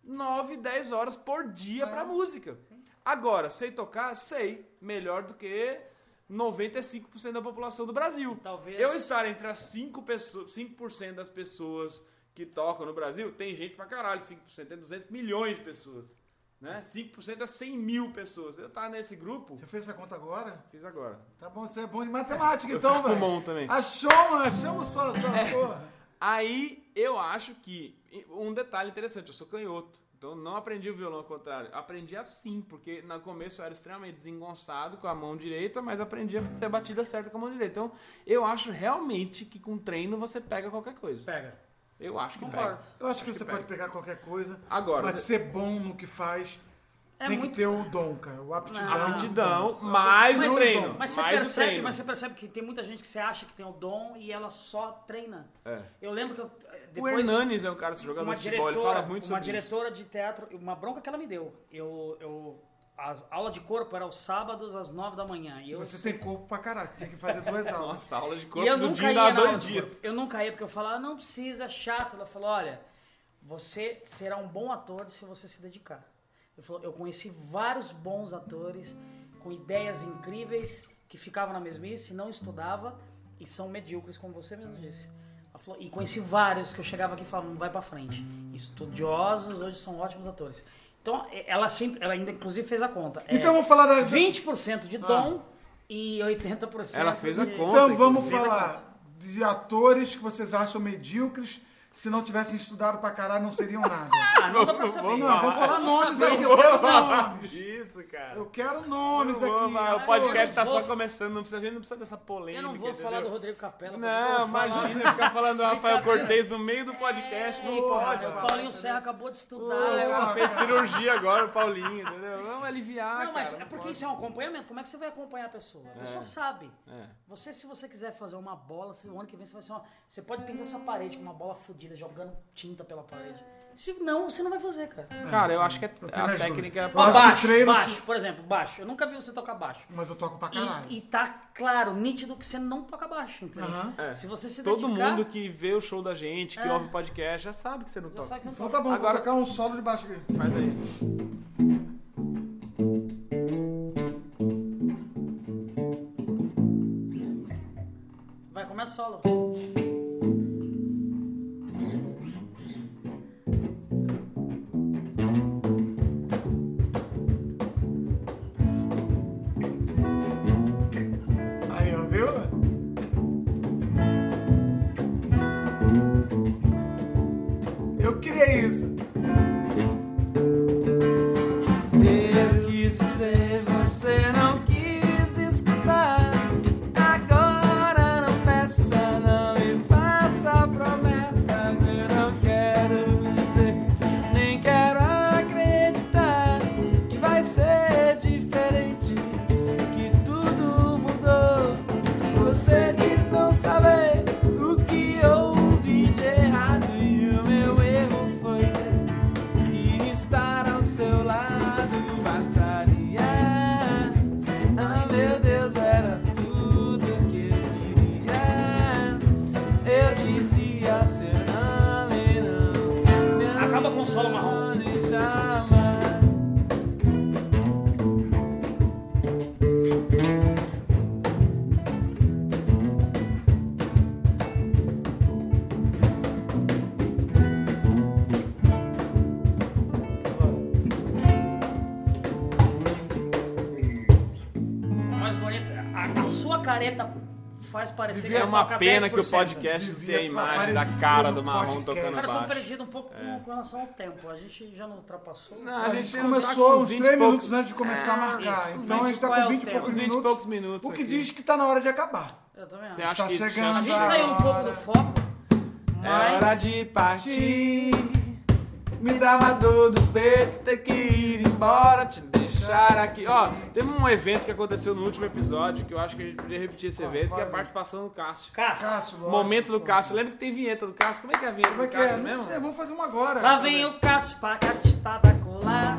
Speaker 4: 9, 10 horas por dia pra música. Agora, sei tocar? Sei. Melhor do que 95% da população do Brasil.
Speaker 1: Talvez.
Speaker 4: Eu estar entre as 5%, pessoas, 5 das pessoas que tocam no Brasil, tem gente pra caralho. 5% é 200 milhões de pessoas. Né? 5% é 100 mil pessoas. Eu tava nesse grupo,
Speaker 3: Você fez essa conta agora?
Speaker 4: fiz agora.
Speaker 3: Tá bom, você é bom de matemática,
Speaker 4: Eu
Speaker 3: então,
Speaker 4: fiz
Speaker 3: velho.
Speaker 4: pulmão também.
Speaker 3: Achamos, achamos sua, sua
Speaker 4: É.
Speaker 3: porra.
Speaker 4: Aí eu acho que. Um detalhe interessante, eu sou canhoto. Então não aprendi o violão ao contrário. Aprendi assim, porque no começo eu era extremamente desengonçado com a mão direita, mas aprendi a fazer a batida certa com a mão direita. Então eu acho realmente que com treino você pega qualquer coisa.
Speaker 1: Pega.
Speaker 4: Eu acho que pega.
Speaker 1: Concordo.
Speaker 3: Eu acho que
Speaker 4: Acho
Speaker 3: você
Speaker 4: que
Speaker 3: pode pegar qualquer coisa,
Speaker 4: Agora,
Speaker 3: mas ser bom no que faz
Speaker 1: É
Speaker 3: tem
Speaker 1: muito-
Speaker 3: que ter o dom, cara. O aptidão.
Speaker 1: Ah,
Speaker 4: aptidão, mais
Speaker 1: Mas-
Speaker 4: o treino.
Speaker 1: Mas você,
Speaker 4: mais o
Speaker 1: percebe,
Speaker 4: treino.
Speaker 1: mas você percebe que tem muita gente que você acha que tem o dom e ela só treina.
Speaker 4: É.
Speaker 1: Eu lembro que eu,
Speaker 4: O
Speaker 1: depois
Speaker 4: Hernanes é um cara jogador
Speaker 1: uma
Speaker 4: de futebol, ele fala
Speaker 1: diretora,
Speaker 4: muito
Speaker 1: uma
Speaker 4: sobre isso.
Speaker 1: diretora de teatro, uma bronca que ela me deu. Eu, eu as aula de corpo era aos sábados às nove da manhã e eu
Speaker 3: Você tem corpo pra caralho, você tem que fazer duas aulas.
Speaker 4: Nossa, aula de
Speaker 1: e
Speaker 4: corpo
Speaker 1: eu
Speaker 4: no
Speaker 1: nunca
Speaker 4: dia
Speaker 1: ia
Speaker 4: dá
Speaker 1: na aula
Speaker 4: dois
Speaker 1: de
Speaker 4: dias.
Speaker 1: corpo. Eu nunca ia porque eu falava, não precisa, é chato. Ela falou, olha, você será um bom ator se você se dedicar. Eu, falou, eu conheci vários bons atores com ideias incríveis que ficavam na mesmice, não estudava e são medíocres, como você mesmo disse. Ela falou, e conheci vários que eu chegava aqui e falava, não vai pra frente. Estudiosos, hoje são ótimos atores. Então, eh, ela, sempre, ela ainda inclusive fez a conta. É,
Speaker 3: Então vamos Ah. falar da.
Speaker 1: 20% de dom e 80%
Speaker 4: Ela fez a
Speaker 1: de-
Speaker 4: conta.
Speaker 3: Então vamos
Speaker 4: Fez a
Speaker 3: falar de atores que vocês acham medíocres, se não tivessem estudado pra caralho, não seriam nada.
Speaker 1: Ah, não dá pra saber.
Speaker 4: Vamos
Speaker 3: Não,
Speaker 4: lá,
Speaker 3: vou
Speaker 1: Vamos
Speaker 3: falar nomes
Speaker 1: saber.
Speaker 3: aqui, eu quero nomes.
Speaker 4: Isso, cara.
Speaker 3: Eu quero nomes
Speaker 4: Não vou,
Speaker 3: aqui.
Speaker 4: mas
Speaker 1: Ah,
Speaker 4: o podcast
Speaker 1: eu
Speaker 4: tá
Speaker 1: não vou-
Speaker 4: só começando, não precisa, a gente não precisa dessa polêmica.
Speaker 1: Eu não vou falar do
Speaker 4: entendeu?
Speaker 1: Rodrigo Capela.
Speaker 4: Não, imagina ficar falando do Rafael Cortez no meio do podcast,
Speaker 1: É,
Speaker 4: não pode.
Speaker 1: O
Speaker 4: falar,
Speaker 1: Paulinho
Speaker 4: entendeu?
Speaker 1: Serra acabou de
Speaker 4: Pô,
Speaker 1: estudar. eu-
Speaker 4: fez cirurgia agora, o Paulinho, entendeu? Vamos aliviar,
Speaker 1: Não,
Speaker 4: cara.
Speaker 1: mas é porque isso é um acompanhamento. Como é que você vai acompanhar a pessoa? A pessoa sabe.
Speaker 4: É.
Speaker 1: Você, se você quiser fazer uma bola, se- o ano que vem você vai ser uma. Você pode pintar essa parede com uma bola medida, jogando tinta pela parede. Se não, você não vai fazer, cara.
Speaker 4: Cara, eu acho que é-
Speaker 3: Eu tenho
Speaker 4: a
Speaker 3: mais
Speaker 4: técnica é
Speaker 3: dúvida.
Speaker 1: Ó,
Speaker 3: acho que o
Speaker 1: baixo,
Speaker 3: treino
Speaker 1: baixo,
Speaker 3: te-
Speaker 1: por exemplo, baixo. Eu nunca vi você tocar baixo.
Speaker 3: Mas eu toco pra caralho.
Speaker 1: E, e tá claro, nítido que você não toca baixo, entendeu?
Speaker 3: Aham.
Speaker 4: É.
Speaker 1: Se você se
Speaker 4: Todo
Speaker 1: dedicar,
Speaker 4: mundo que vê o show da gente, que
Speaker 1: É.
Speaker 4: ouve o podcast, já sabe que você não
Speaker 1: já
Speaker 4: toca.
Speaker 1: sabe que você não
Speaker 3: Então
Speaker 1: toca.
Speaker 3: tá bom,
Speaker 4: Agora-
Speaker 3: vou tocar um solo de baixo aqui.
Speaker 4: Faz aí.
Speaker 1: Vai, começa solo.
Speaker 3: Aí, ó, viu? Eu queria isso.
Speaker 2: Eu quis dizer, você não quis escutar. Agora não peça, não me faça promessas. Eu não quero dizer, nem quero acreditar que vai ser diferente, que tudo mudou. Você diz não saber o que houve de errado e o meu erro foi ter e estar ao seu lado bastaria. Ah, meu Deus, era tudo que eu queria. Eu dizia seu nome, não. me
Speaker 1: Acaba com o solo marrom.
Speaker 2: abandone, Jamais.
Speaker 1: Mais bonito. A, a sua careta faz parecer que
Speaker 4: É
Speaker 1: você
Speaker 4: uma
Speaker 1: toca
Speaker 4: pena que o
Speaker 1: 10%.
Speaker 4: podcast
Speaker 3: Devia
Speaker 4: tem a imagem da
Speaker 3: aparecer
Speaker 4: um cara
Speaker 3: no
Speaker 4: do marrom
Speaker 3: podcast.
Speaker 4: tocando
Speaker 1: Cara, eu tô
Speaker 4: baixo.
Speaker 1: perdido um pouco com- com relação ao tempo. A gente já não ultrapassou.
Speaker 4: É. Não,
Speaker 3: A, gente,
Speaker 4: gente não tá
Speaker 3: começou
Speaker 4: com uns
Speaker 3: uns
Speaker 4: 20
Speaker 3: 3
Speaker 4: e poucos- É,
Speaker 3: minutos antes de começar a marcar.
Speaker 1: isso.
Speaker 3: Então a gente tá
Speaker 1: Qual é
Speaker 3: com
Speaker 1: o
Speaker 3: 20 e
Speaker 1: tempo?
Speaker 3: poucos
Speaker 4: Uns 20 e
Speaker 3: minutos.
Speaker 4: poucos minutos
Speaker 3: O que
Speaker 4: aqui.
Speaker 3: diz que tá na hora de acabar.
Speaker 1: Eu também
Speaker 4: Você
Speaker 1: acho.
Speaker 4: acha
Speaker 3: Tá
Speaker 4: que
Speaker 3: chegando
Speaker 1: A
Speaker 4: você
Speaker 1: gente
Speaker 4: acha
Speaker 1: saiu um pouco
Speaker 3: Agora.
Speaker 1: do foco,
Speaker 4: que- É hora
Speaker 1: mas
Speaker 4: de partir.
Speaker 2: Me dá uma dor do peito,
Speaker 4: Tem que ir embora, te deixar aqui. Ó, teve um evento que aconteceu no último episódio que eu acho que a gente podia repetir esse evento, que é a
Speaker 3: vai.
Speaker 4: participação do Cássio.
Speaker 1: Cássio.
Speaker 3: Cássio, lógico,
Speaker 4: Momento do
Speaker 3: pô.
Speaker 4: Cássio. Lembra que tem vinheta do Cássio? Como é que é a vinheta
Speaker 3: Como é
Speaker 4: do
Speaker 3: que é?
Speaker 4: Cássio
Speaker 3: Não
Speaker 4: mesmo?
Speaker 3: sei, vamos fazer um agora.
Speaker 1: Lá vem o Cássio pra catitada colar.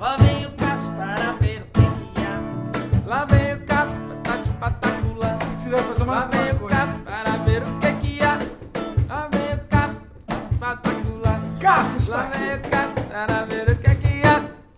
Speaker 1: Lá vem o Cássio para ver o que que há.
Speaker 2: lá vem o tá caso, patate patacula.
Speaker 3: Se quiser fazer
Speaker 2: Lá
Speaker 3: mais
Speaker 2: vem
Speaker 3: uma
Speaker 2: o
Speaker 3: coisa.
Speaker 2: caso para ver o que que há. Lá vem o caso, patacula.
Speaker 3: Cássio
Speaker 2: Lá
Speaker 3: está
Speaker 2: vem
Speaker 3: aqui.
Speaker 2: o caso para ver o que que há.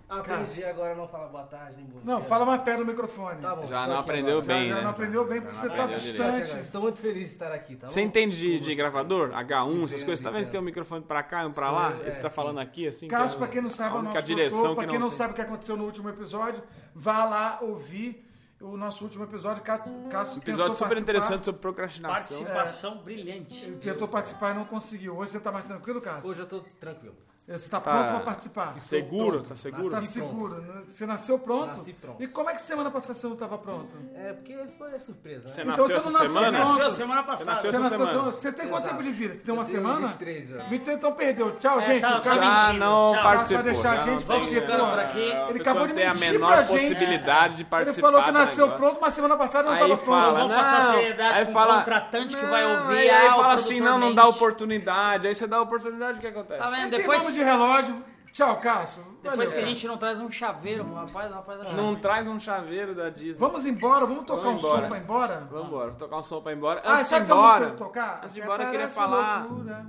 Speaker 5: Aprendi agora não fala boa tarde nem boa
Speaker 3: Não,
Speaker 5: noite.
Speaker 3: fala mais perto do microfone.
Speaker 5: Tá bom,
Speaker 4: Já
Speaker 5: estou
Speaker 4: não
Speaker 5: aqui
Speaker 4: aprendeu
Speaker 5: agora.
Speaker 4: bem,
Speaker 3: Já não
Speaker 4: né?
Speaker 3: aprendeu bem porque você tá
Speaker 4: aprendeu direito.
Speaker 5: Estou aqui agora.
Speaker 3: distante.
Speaker 5: Estou muito feliz de estar aqui, tá bom?
Speaker 4: Você entende de, de
Speaker 5: Gostei.
Speaker 4: gravador? H1, essas
Speaker 5: Entendo,
Speaker 4: coisas, tá vendo que tem um microfone pra cá e um pra
Speaker 5: Sim,
Speaker 4: lá?
Speaker 5: é,
Speaker 4: Esse tá
Speaker 5: sim.
Speaker 4: falando aqui, assim. que
Speaker 3: Cássio,
Speaker 4: é
Speaker 3: pra quem não sabe, é
Speaker 4: a
Speaker 3: o
Speaker 4: única
Speaker 3: nosso
Speaker 4: direção
Speaker 3: produtor. Pra
Speaker 4: que
Speaker 3: quem não
Speaker 4: não
Speaker 3: sabe o que aconteceu no último episódio, vá lá ouvir o nosso último episódio. Cá- Cássio tentou
Speaker 4: Episódio super
Speaker 3: participar,
Speaker 4: interessante sobre procrastinação.
Speaker 1: Participação brilhante.
Speaker 3: Ele tentou participar e não conseguiu. Hoje você tá mais tranquilo, Cássio?
Speaker 5: Hoje eu tô tranquilo.
Speaker 3: Você tá
Speaker 4: Tá
Speaker 3: pronto pra participar?
Speaker 4: Seguro? Tá seguro?
Speaker 3: Tá
Speaker 5: Nasci
Speaker 3: seguro. né? Você nasceu pronto?
Speaker 5: Nasci pronto.
Speaker 3: E como é que semana passada você não tava pronto? Então
Speaker 5: É, porque foi surpresa,
Speaker 4: Você
Speaker 5: né?
Speaker 4: nasceu
Speaker 3: você
Speaker 4: essa
Speaker 3: não nasceu,
Speaker 4: semana?
Speaker 3: não.
Speaker 1: Nasceu semana passada.
Speaker 4: nasceu
Speaker 3: Você,
Speaker 4: essa
Speaker 3: nasceu,
Speaker 4: semana.
Speaker 3: você tem quanto
Speaker 5: Exato.
Speaker 3: tempo de vida? Tem uma
Speaker 5: Eu tenho
Speaker 3: semana?
Speaker 5: 23 anos.
Speaker 3: 23, então perdeu.
Speaker 4: É,
Speaker 3: Tchau, gente.
Speaker 1: tá,
Speaker 3: o
Speaker 1: tá
Speaker 3: cara
Speaker 1: mentindo.
Speaker 4: Já não
Speaker 1: Tchau.
Speaker 4: participou.
Speaker 3: Vai deixar
Speaker 4: já
Speaker 3: a
Speaker 4: não
Speaker 3: gente
Speaker 4: tem,
Speaker 1: Vamos ficando
Speaker 4: né?
Speaker 1: por aqui.
Speaker 4: A
Speaker 1: Ele
Speaker 4: pessoa
Speaker 3: acabou de
Speaker 4: tem a
Speaker 3: mentir
Speaker 4: menor
Speaker 3: pra gente.
Speaker 4: possibilidade de
Speaker 3: Ele
Speaker 4: participar.
Speaker 3: falou que
Speaker 4: do
Speaker 3: nasceu
Speaker 4: negócio.
Speaker 3: pronto, mas semana passada não
Speaker 4: Aí
Speaker 3: tava
Speaker 4: fala,
Speaker 3: pronto.
Speaker 1: Vamos
Speaker 4: não,
Speaker 1: passar seriedade
Speaker 4: aí
Speaker 1: com o
Speaker 4: fala,
Speaker 1: contratante que vai
Speaker 4: não,
Speaker 1: ouvir,
Speaker 4: Aí,
Speaker 1: ah,
Speaker 4: aí
Speaker 1: o
Speaker 4: fala assim,
Speaker 1: produtor
Speaker 4: não, não
Speaker 1: mente.
Speaker 4: dá oportunidade. Aí você dá oportunidade, o que acontece?
Speaker 1: Tá vendo?
Speaker 3: Tem nome
Speaker 1: Depois,
Speaker 3: de relógio. Tchau, Cássio.
Speaker 1: depois
Speaker 3: Valeu.
Speaker 1: que a gente não traz um chaveiro, o rapaz, o rapaz acha
Speaker 4: Não
Speaker 1: ruim.
Speaker 4: traz um chaveiro da Disney.
Speaker 3: Vamos embora, vamos tocar
Speaker 4: Vamos
Speaker 3: um
Speaker 4: embora.
Speaker 3: som pra ir embora?
Speaker 4: Vamos embora, vou tocar um som pra ir embora.
Speaker 3: Ah,
Speaker 4: Antes de ir
Speaker 3: sabe qual música eu
Speaker 4: embora,
Speaker 3: vou tocar?
Speaker 4: antes de ir embora, eu
Speaker 3: É,
Speaker 4: queria
Speaker 3: parece
Speaker 4: falar-
Speaker 3: loucura.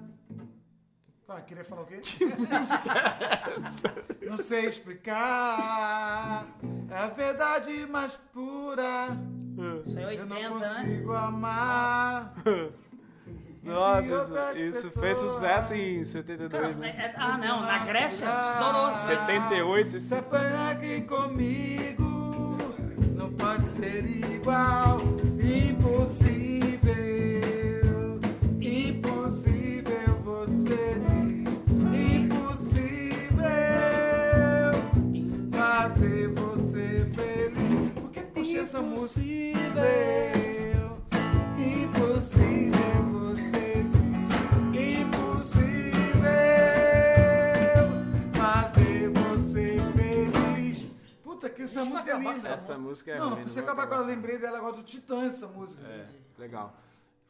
Speaker 3: Ah, queria falar o quê? Não sei explicar É a verdade mais pura.
Speaker 1: Isso aí é
Speaker 3: Eu
Speaker 1: 80,
Speaker 3: não
Speaker 1: né?
Speaker 3: consigo amar.
Speaker 4: nossa,
Speaker 3: outras
Speaker 4: isso, isso
Speaker 3: pessoas.
Speaker 4: fez sucesso em 72,
Speaker 1: Cara,
Speaker 4: né?
Speaker 1: é- é- ah, não, na Grécia estourou.
Speaker 3: Ah.
Speaker 1: isso aí.
Speaker 4: 78,
Speaker 3: Se
Speaker 4: isso
Speaker 3: apanhar aqui comigo, não pode ser igual. Impossível, impossível você diz. Impossível fazer você feliz. Por que puxei essa música? Impossível, impossível é você diz. Impossível fazer você feliz. Puta, que essa música é linda.
Speaker 4: essa música é
Speaker 3: Não, não
Speaker 4: ruim,
Speaker 3: precisa
Speaker 4: vou
Speaker 3: acabar agora. Eu lembrei dela agora do Titã, essa música.
Speaker 4: É, legal.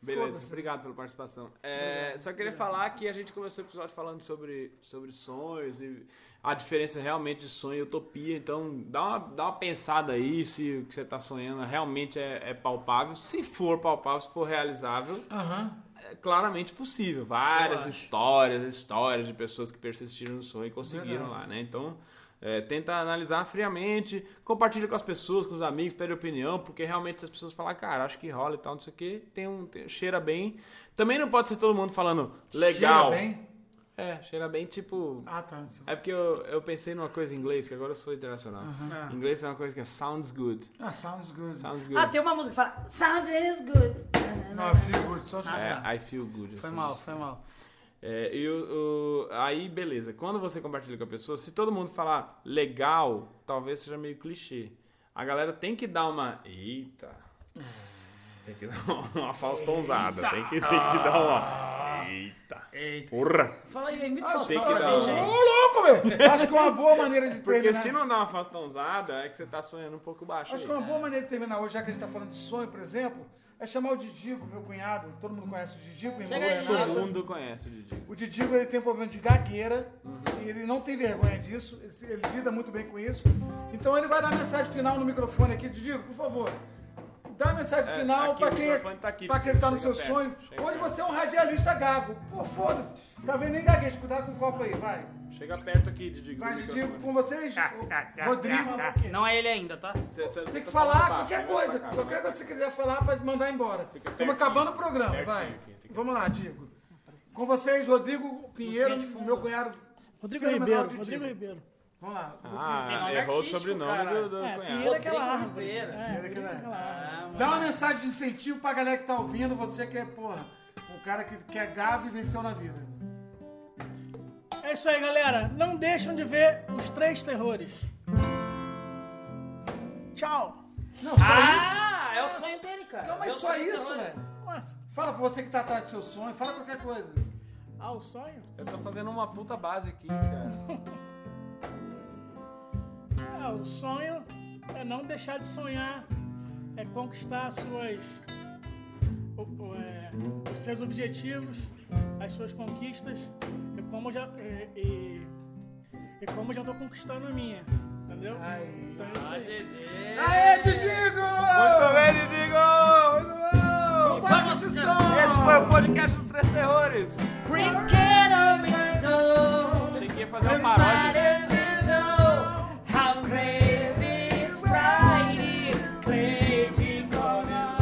Speaker 4: Beleza,
Speaker 3: Foda-se.
Speaker 4: obrigado pela participação. É, só queria falar que a gente começou o episódio falando sobre, sobre sonhos e a diferença realmente de sonho e utopia. Então, dá uma, dá uma pensada aí se o que você está sonhando realmente é, é palpável. Se for palpável, se for realizável,
Speaker 3: Aham.
Speaker 4: é claramente possível. Várias
Speaker 1: Eu acho.
Speaker 4: histórias, histórias de pessoas que persistiram no sonho e conseguiram
Speaker 3: Verdade.
Speaker 4: lá, né? Então, é, tenta analisar friamente, compartilha com as pessoas, com os amigos, pede opinião, porque realmente se as pessoas falam, cara, acho que rola e tal, não sei o quê, tem um, tem- cheira bem. Também não pode ser todo mundo falando, legal.
Speaker 3: Cheira bem?
Speaker 4: É, cheira bem, tipo...
Speaker 3: Ah, tá.
Speaker 4: É porque eu, eu pensei numa coisa em inglês, que agora eu sou internacional.
Speaker 1: Ah.
Speaker 4: Em inglês é uma coisa que é sounds good.
Speaker 3: Ah, sounds good.
Speaker 4: Sounds good.
Speaker 1: Ah, tem uma música que fala Sounds is good.
Speaker 3: Não, I feel good, só
Speaker 1: Ah,
Speaker 3: justo.
Speaker 1: tá.
Speaker 4: É, I feel good.
Speaker 1: Foi
Speaker 4: assim,
Speaker 1: mal, foi mal.
Speaker 4: É, e o- o- aí, beleza. Quando você compartilha com a pessoa, se todo mundo falar legal, talvez seja meio clichê. A galera tem que dar uma. Eita!
Speaker 1: É.
Speaker 4: Tem que dar uma faustãozada. Tem que, tem que dar uma. Eita!
Speaker 1: Ah. Eita.
Speaker 4: Porra!
Speaker 1: Fala aí, imita
Speaker 3: Ah,
Speaker 1: o
Speaker 4: tem
Speaker 1: Faustão
Speaker 4: que
Speaker 1: pra
Speaker 4: dar
Speaker 1: gente
Speaker 4: uma-
Speaker 1: aí.
Speaker 3: Ô, louco, velho! Acho que é uma boa maneira de terminar.
Speaker 4: Porque se não dá uma faustãozada, é que você tá sonhando um pouco baixo.
Speaker 3: Acho que é
Speaker 4: aí.
Speaker 3: uma boa maneira de terminar hoje, já que a gente tá falando de sonho, por exemplo, é chamar o Didigo, meu cunhado. Todo mundo conhece o Didigo, irmão
Speaker 1: Chega aí,
Speaker 3: do
Speaker 1: Didigo.
Speaker 4: Todo
Speaker 3: Renato.
Speaker 4: mundo conhece o Didi.
Speaker 3: O Didigo ele tem um problema de gagueira e ele não tem vergonha disso, ele, se- ele lida muito bem com isso. Então ele vai dar a mensagem final no microfone aqui. Didigo, por favor, dá a mensagem
Speaker 4: É,
Speaker 3: final
Speaker 4: aqui,
Speaker 3: pra
Speaker 4: o
Speaker 3: quem,
Speaker 4: microfone tá aqui,
Speaker 3: pra quem tá no
Speaker 4: chega
Speaker 3: seu
Speaker 4: perto,
Speaker 3: sonho.
Speaker 4: chega
Speaker 3: Hoje
Speaker 4: perto.
Speaker 3: você é um radialista gago. Pô, foda-se. Tá vendo nem gaguejo, cuidado com o copo aí, vai.
Speaker 4: Chega perto aqui, Didi.
Speaker 3: Vai, Didigo, com vocês, o Rodrigo.
Speaker 1: Tá, Não é ele ainda, tá?
Speaker 3: Você tem que falar
Speaker 4: né?
Speaker 3: qualquer coisa. Qualquer coisa que você quiser falar pra mandar embora.
Speaker 4: Fica
Speaker 3: Estamos
Speaker 4: pertinho,
Speaker 3: acabando o programa,
Speaker 4: pertinho
Speaker 3: vai.
Speaker 4: aqui, fica-
Speaker 3: Vamos lá, Digo. Com vocês, Rodrigo Pinheiro,
Speaker 1: Musiquinha de fundo.
Speaker 3: meu cunhado.
Speaker 6: Rodrigo
Speaker 3: fenomenal
Speaker 6: Ribeiro,
Speaker 3: de
Speaker 6: Rodrigo
Speaker 3: Digo.
Speaker 6: Ribeiro.
Speaker 3: Vamos lá.
Speaker 1: Tem
Speaker 4: Ah,
Speaker 1: nome
Speaker 4: errou o
Speaker 1: artístico,
Speaker 4: sobrenome
Speaker 1: cara.
Speaker 4: do, do
Speaker 6: É,
Speaker 4: cunhado.
Speaker 6: Pinheiro é aquela
Speaker 1: Rodrigo
Speaker 6: árvore.
Speaker 1: Ribeiro.
Speaker 6: É,
Speaker 3: Pinheiro é aquela árvore.
Speaker 1: Ah,
Speaker 3: Dá uma
Speaker 1: mano.
Speaker 3: mensagem de incentivo pra galera que tá ouvindo, você que é, porra, um cara que, que é gago e venceu na vida.
Speaker 6: É isso aí, galera. Não deixam de ver os três terrores. Tchau.
Speaker 3: Não, só isso.
Speaker 1: Ah, é o sonho dele, cara.
Speaker 3: Não,
Speaker 1: É
Speaker 3: mas
Speaker 1: o
Speaker 3: só
Speaker 1: sonho
Speaker 3: isso,
Speaker 1: dele.
Speaker 3: velho.
Speaker 6: Nossa.
Speaker 3: Fala pra você que tá atrás do seu sonho, fala qualquer coisa.
Speaker 6: Ah, o sonho?
Speaker 4: Eu tô fazendo uma puta base aqui, cara.
Speaker 6: É, o sonho é não deixar de sonhar, é conquistar suas, o- o- é, os seus objetivos, as suas conquistas, e como eu já e, e- e como eu já tô conquistando a minha, entendeu?
Speaker 3: Aí.
Speaker 6: Então é isso
Speaker 1: Ah,
Speaker 6: aí.
Speaker 1: Dedê.
Speaker 3: Aê, Didigo!
Speaker 4: Muito bem, Didigo! Muito bom!
Speaker 1: Vamos,
Speaker 3: Esse
Speaker 1: cara.
Speaker 4: Esse foi o podcast dos Três Terrores.
Speaker 1: Brisket of it all.
Speaker 4: Cheguei a fazer uma paródia.
Speaker 1: Everybody to know how crazy is Friday, crazy gonna.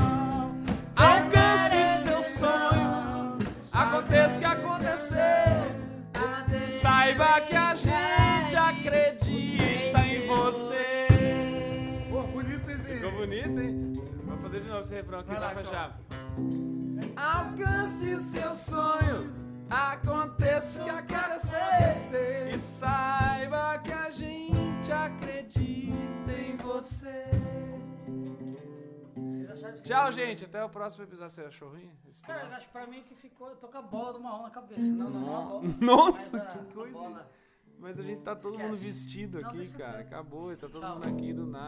Speaker 4: Alcance seu sonho, aconteça o que acontecer. Saiba que a gente acredita em você.
Speaker 3: Pô, bonito esse
Speaker 4: Ficou bonito, hein? Vou fazer de novo esse refrão aqui,
Speaker 3: Vai
Speaker 4: dá
Speaker 3: lá,
Speaker 4: pra
Speaker 3: então.
Speaker 4: chave. Alcance seu sonho, aconteça o que acontecer. E saiba que a gente acredita em você.
Speaker 1: Vocês acharam isso?
Speaker 4: Tchau, gente. Até o próximo episódio. Você achou ruim? Esse
Speaker 1: Cara, eu
Speaker 4: final?
Speaker 1: acho pra mim que ficou. Eu tô com a bola do marrom na cabeça. Não, não, não. a bola.
Speaker 4: Nossa,
Speaker 1: Mas a-
Speaker 4: que
Speaker 1: a
Speaker 4: coisa.
Speaker 1: bola.
Speaker 4: Mas a gente tá todo
Speaker 1: Esquece.
Speaker 4: mundo vestido
Speaker 1: Não,
Speaker 4: aqui,
Speaker 1: deixa
Speaker 4: cara.
Speaker 1: quieto.
Speaker 4: Acabou, tá todo
Speaker 1: Tchau.
Speaker 4: mundo aqui do nada.